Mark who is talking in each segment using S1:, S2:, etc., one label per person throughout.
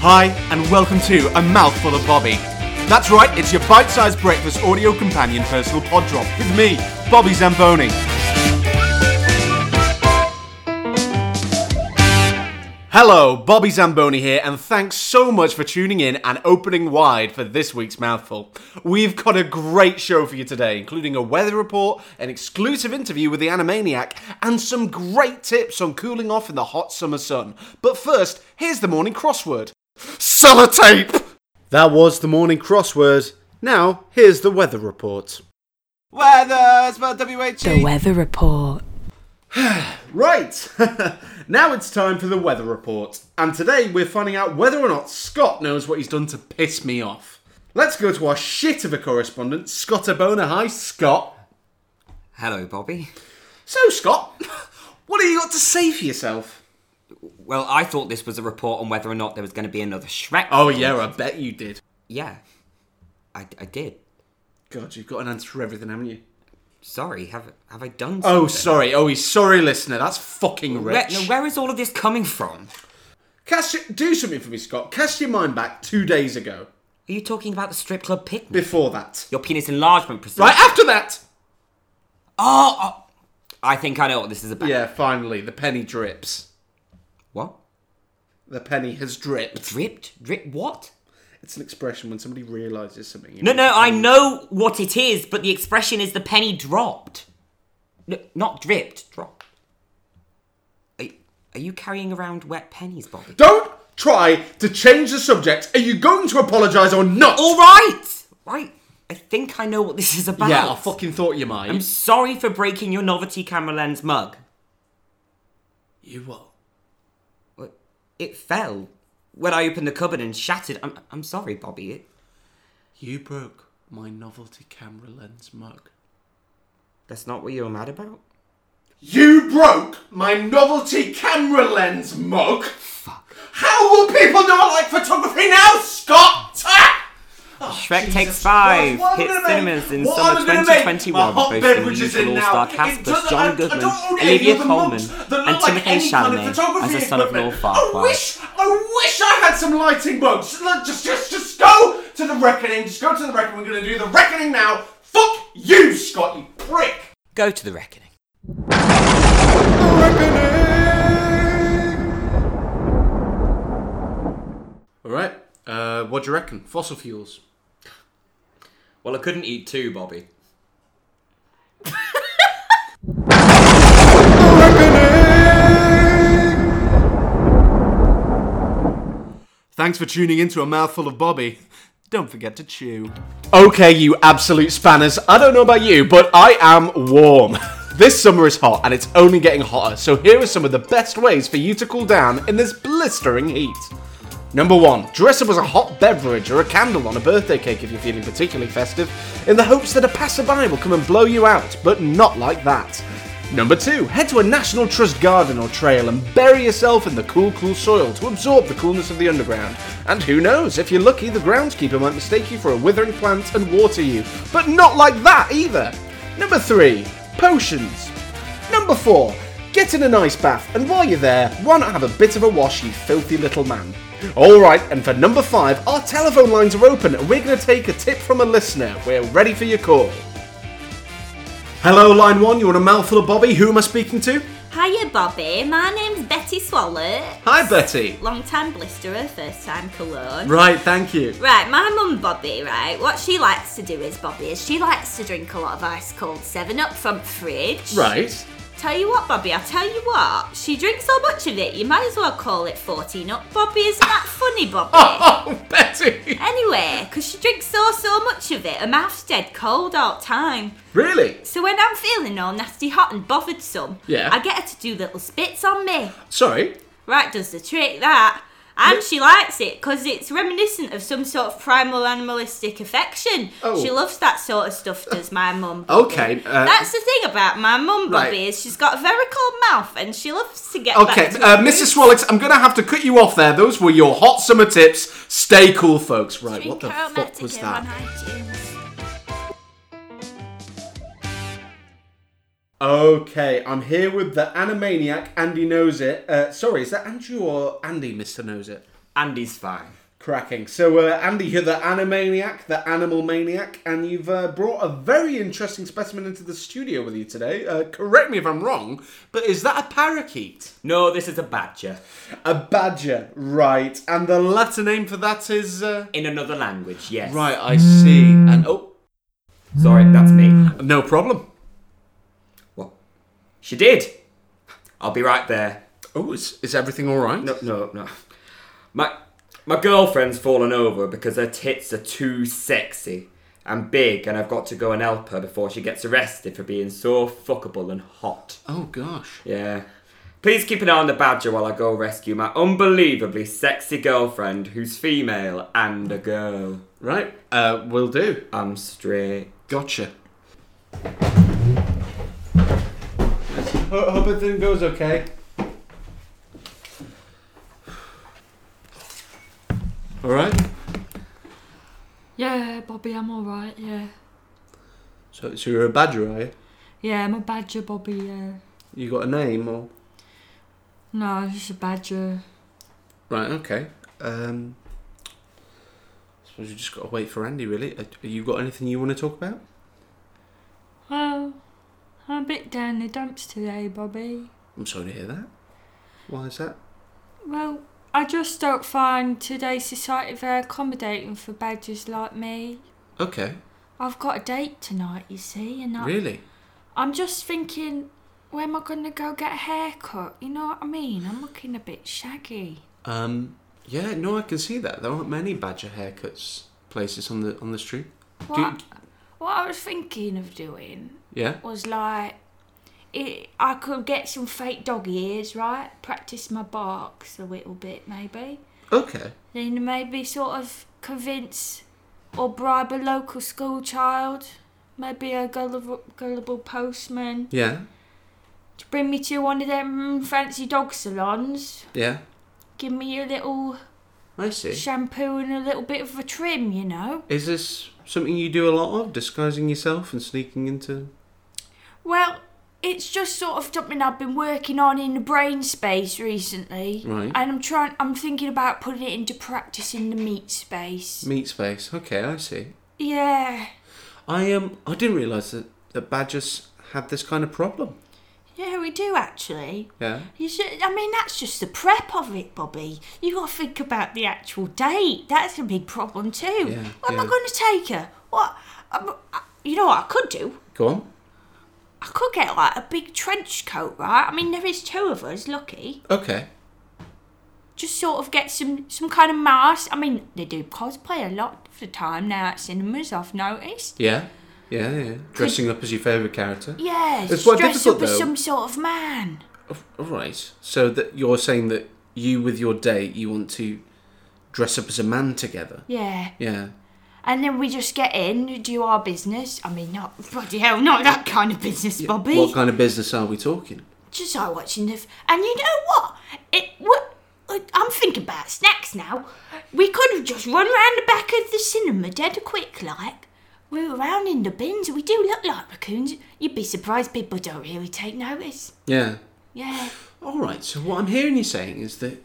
S1: Hi, and welcome to A Mouthful of Bobby. That's right, it's your bite sized breakfast audio companion personal pod drop with me, Bobby Zamboni. Hello, Bobby Zamboni here, and thanks so much for tuning in and opening wide for this week's Mouthful. We've got a great show for you today, including a weather report, an exclusive interview with the Animaniac, and some great tips on cooling off in the hot summer sun. But first, here's the morning crossword Sellotape! That was the morning crossword. Now, here's the weather report. Weather, spelled
S2: The
S3: E.
S1: W-H-E.
S2: weather report.
S1: Right, now it's time for the weather report, and today we're finding out whether or not Scott knows what he's done to piss me off. Let's go to our shit of a correspondent, Scott Abona. Hi, Scott.
S4: Hello, Bobby.
S1: So, Scott, what have you got to say for yourself?
S4: Well, I thought this was a report on whether or not there was going to be another Shrek.
S1: Oh, yeah, I bet you did.
S4: Yeah. I, I did.
S1: God, you've got an answer for everything, haven't you?
S4: Sorry, have have I done something?
S1: Oh, sorry. Oh, he's sorry, listener. That's fucking
S4: Where,
S1: rich.
S4: no, where is all of this coming from?
S1: Cast your, do something for me, Scott. Cast your mind back two days ago.
S4: Are you talking about the strip club picnic?
S1: Before that.
S4: Your penis enlargement procedure?
S1: Right after that.
S4: Oh, oh! I think I know what this is about.
S1: Yeah, finally, the penny drips.
S4: What?
S1: The penny has dripped.
S4: Dripped? Drip? What?
S1: It's an expression when somebody realizes something. you
S4: No,
S1: know.
S4: no, I know what it is, but the expression is the penny dropped. No, not dripped, dropped. Are, are you carrying around wet pennies, Bobby?
S1: Don't try to change the subject. Are you going to apologize or not?
S4: All right, right. I think I know what this is about.
S1: yeah, I fucking thought you might.
S4: I'm sorry for breaking your novelty camera lens mug.
S1: You what?
S4: What- It fell when I opened the cupboard and shattered. I'm, I'm sorry, Bobby. It,
S1: You broke my novelty camera lens mug.
S4: that's not what you were mad about.
S1: You broke my novelty camera lens mug? Fuck. How will people know I like photography now, Scott? Ah! Oh,
S4: Shrek
S1: Jesus
S4: Takes Five
S1: Christ, what am I
S4: hits
S1: gonna make?
S4: cinemas in
S1: What
S4: summer
S1: am I gonna make?
S4: 2021,
S1: My hot
S4: boasting
S1: beverage
S4: the
S1: is
S4: usual
S1: in now.
S4: all-star
S1: It
S4: cast
S1: doesn't-
S4: with John
S1: I- I
S4: Goodman,
S1: don't own any
S4: Olivia
S1: of the mugs
S4: Colman,
S1: that look
S4: and Timothée
S1: any kind of
S4: Chalamet
S1: photography
S4: as the son of
S1: equipment.
S4: Lord Farquaad.
S1: I wish, I wish I had some lighting bugs. Look, Just, just, just go to the reckoning. Just go to the reckoning. We're gonna do the reckoning now. Fuck you, Scott, you prick.
S4: Go to the reckoning.
S1: All right. Uh, what do you reckon? Fossil fuels.
S4: Well, I couldn't eat two, Bobby.
S1: Thanks for tuning in to A Mouthful of Bobby. Don't forget to chew. Okay, you absolute spanners. I don't know about you, but I am warm. This summer is hot and it's only getting hotter, so here are some of the best ways for you to cool down in this blistering heat. Number one, dress up as a hot beverage or a candle on a birthday cake if you're feeling particularly festive, in the hopes that a passerby will come and blow you out, but not like that. Number two, head to a National Trust garden or trail and bury yourself in the cool, cool soil to absorb the coolness of the underground. And who knows, if you're lucky, the groundskeeper might mistake you for a withering plant and water you, but not like that either. Number three, potions. Number four, get in an ice bath, and while you're there, why not have a bit of a wash, you filthy little man? Alright, and for number five, our telephone lines are open, and we're going to take a tip from a listener. We're ready for your call. Hello, line one, you want a mouthful of Bobby? Who am I speaking to?
S3: Hiya, Bobby. My name's Betty Swallet.
S1: Hi, Betty.
S3: Long time blisterer, first time cologne.
S1: Right, thank you.
S3: Right, my mum Bobby, right, what she likes to do is, Bobby, is she likes to drink a lot of ice cold 7 up from fridge.
S1: Right.
S3: Tell you what, Bobby, I'll tell you what, she drinks so much of it, you might as well call it 14 up, Bobby. Isn't that funny, Bobby?
S1: Oh, Betty!
S3: Anyway, 'cause she drinks so, so much of it, her mouth's dead cold all the time.
S1: Really?
S3: So when I'm feeling all nasty hot and bothered some,
S1: Yeah.
S3: I get her to do little spits on me.
S1: Sorry.
S3: Right does the trick that. And she likes it because it's reminiscent of some sort of primal animalistic affection.
S1: Oh.
S3: She loves that sort of stuff, does my mum.
S1: Okay, uh,
S3: That's the thing about my mum,
S1: Right.
S3: Bobby, is she's got a very cold mouth and she loves to get
S1: Okay,
S3: back to
S1: uh,
S3: her
S1: Mrs. Swallocks, I'm going to have to cut you off there. Those were your hot summer tips. Stay cool, folks. Right,
S3: roots.
S1: what the
S3: Drink
S1: fuck
S3: aromatic
S1: was
S3: in
S1: that?
S3: on iTunes.
S1: Okay, I'm here with the Animaniac, Andy Knows It. Uh, sorry, is that Andrew or Andy, Mr. Knows It?
S4: Andy's fine.
S1: Cracking. So, uh, Andy, you're the animaniac, the animal maniac, and you've uh, brought a very interesting specimen into the studio with you today. Uh, correct me if I'm wrong, but is that a parakeet?
S4: No, this is a badger.
S1: A badger, right. And the Latin name for that is. Uh...
S4: In another language, yes.
S1: Right, I see. And oh,
S4: Sorry, that's me.
S1: no problem.
S4: What? She did. I'll be right there.
S1: Oh, is, is everything alright?
S4: No, no, no. My my girlfriend's fallen over because her tits are too sexy and big, and I've got to go and help her before she gets arrested for being so fuckable and hot.
S1: Oh, gosh.
S4: Yeah. Please keep an eye on the badger while I go rescue my unbelievably sexy girlfriend who's female and a girl.
S1: Right, uh, will do.
S4: I'm straight.
S1: Gotcha. Ho- hope everything goes okay. All right.
S2: Yeah, Bobby, I'm alright, yeah.
S1: So, so you're a badger, are you?
S2: Yeah, I'm a badger, Bobby, yeah.
S1: You got a name or?
S2: No, it's just a badger.
S1: Right. Okay. Um. Suppose you just got to wait for Andy. Really. Uh, You got anything you want to talk about?
S2: Well, I'm a bit down the dumps today, Bobby.
S1: I'm sorry to hear that. Why is that?
S2: Well, I just don't find today's society very accommodating for badgers like me.
S1: Okay.
S2: I've got a date tonight, you see, and I,
S1: Really.
S2: I'm just thinking, where am I going to go get a haircut? You know what I mean? I'm looking a bit shaggy.
S1: Um. Yeah. No, I can see that. There aren't many badger haircuts places on the on the street. Do you-
S2: What, what I was thinking of doing
S1: yeah.
S2: was like it, I could get some fake dog ears, right? Practice my barks a little bit, maybe.
S1: Okay.
S2: Then maybe sort of convince or bribe a local school child, maybe a gullible, gullible postman,
S1: Yeah.
S2: to bring me to one of them fancy dog salons.
S1: Yeah.
S2: Give me a little
S1: I see.
S2: shampoo and a little bit of a trim, you know.
S1: Is this something you do a lot of, disguising yourself and sneaking into?
S2: Well, it's just sort of something I've been working on in the brain space recently,
S1: Right.
S2: and I'm trying. I'm thinking about putting it into practice in the meat space.
S1: Meat space. Okay, I see.
S2: yeah,
S1: I um, I didn't realise that that badgers had this kind of problem.
S2: yeah, we do actually.
S1: Yeah.
S2: You should. I mean, that's just the prep of it, Bobby. You got to think about the actual date. That's a big problem too.
S1: Yeah,
S2: Where am I
S1: yeah.
S2: going to take her? What? Um, I- you know what I could do?
S1: Go on.
S2: I could get like a big trench coat, right? I mean, there is two of us, lucky.
S1: Okay.
S2: just sort of get some some kind of mask. I mean, they do cosplay a lot of the time now at cinemas. I've noticed.
S1: Yeah. Yeah. Yeah. Dressing up as your favourite character.
S2: Yeah,
S1: It's quite
S2: dress
S1: difficult,
S2: up as
S1: though.
S2: some sort of man.
S1: All right. So that you're saying that you, with your date, you want to dress up as a man together.
S2: Yeah,
S1: Yeah.
S2: and then we just get in, do our business. I mean, not bloody hell, not that kind of business, Bobby.
S1: What kind of business are we talking?
S2: Just like watching the. F- and you know what? It what. I'm thinking about snacks now. We could have just run round the back of the cinema dead quick, like. We were round in the bins. We do look like raccoons. You'd be surprised people don't really take notice.
S1: Yeah.
S2: Yeah.
S1: All right. So what I'm hearing you saying is that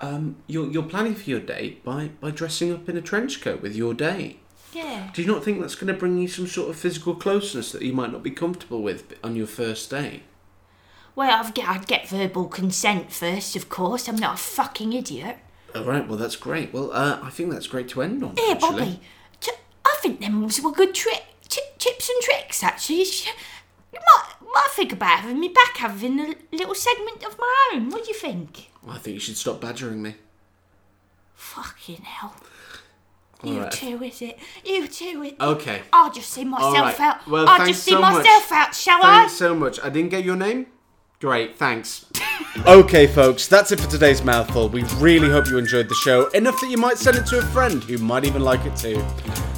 S1: um, you're you're planning for your date by by dressing up in a trench coat with your date.
S2: Yeah.
S1: Do you not think that's going to bring you some sort of physical closeness that you might not be comfortable with on your first date?
S2: Well, I've get, I'd get verbal consent first, of course. I'm not a fucking idiot.
S1: All right. Well, that's great. Well, uh, I think that's great to end on.
S2: Here,
S1: actually.
S2: Bobby. T- I think them was were good tri- ti tips and tricks, actually. Sh- You might, might think about having me back having a little segment of my own. What do you think?
S1: I think you should stop badgering me.
S2: Fucking hell.
S1: All
S2: you
S1: right.
S2: two, is it? You two, is
S1: Okay.
S2: I'll just see myself
S1: right.
S2: out.
S1: Oh. Well,
S2: I'll
S1: thanks
S2: just see
S1: so much.
S2: myself out, shall I?
S1: Thanks so much. I didn't get your name? Great, thanks. okay, folks, that's it for today's Mouthful. We really hope you enjoyed the show, enough that you might send it to a friend who might even like it too.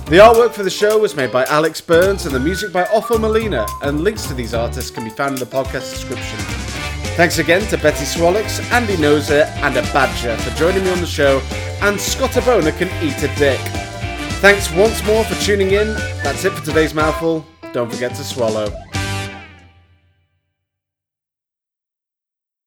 S1: The artwork for the show was made by Alex Burns and the music by Offa Molina, and links to these artists can be found in the podcast description. Thanks again to Betty Swallocks, Andy Noser, and a Badger for joining me on the show, and Scott Abona can eat a dick. Thanks once more for tuning in. That's it for today's mouthful. Don't forget to swallow.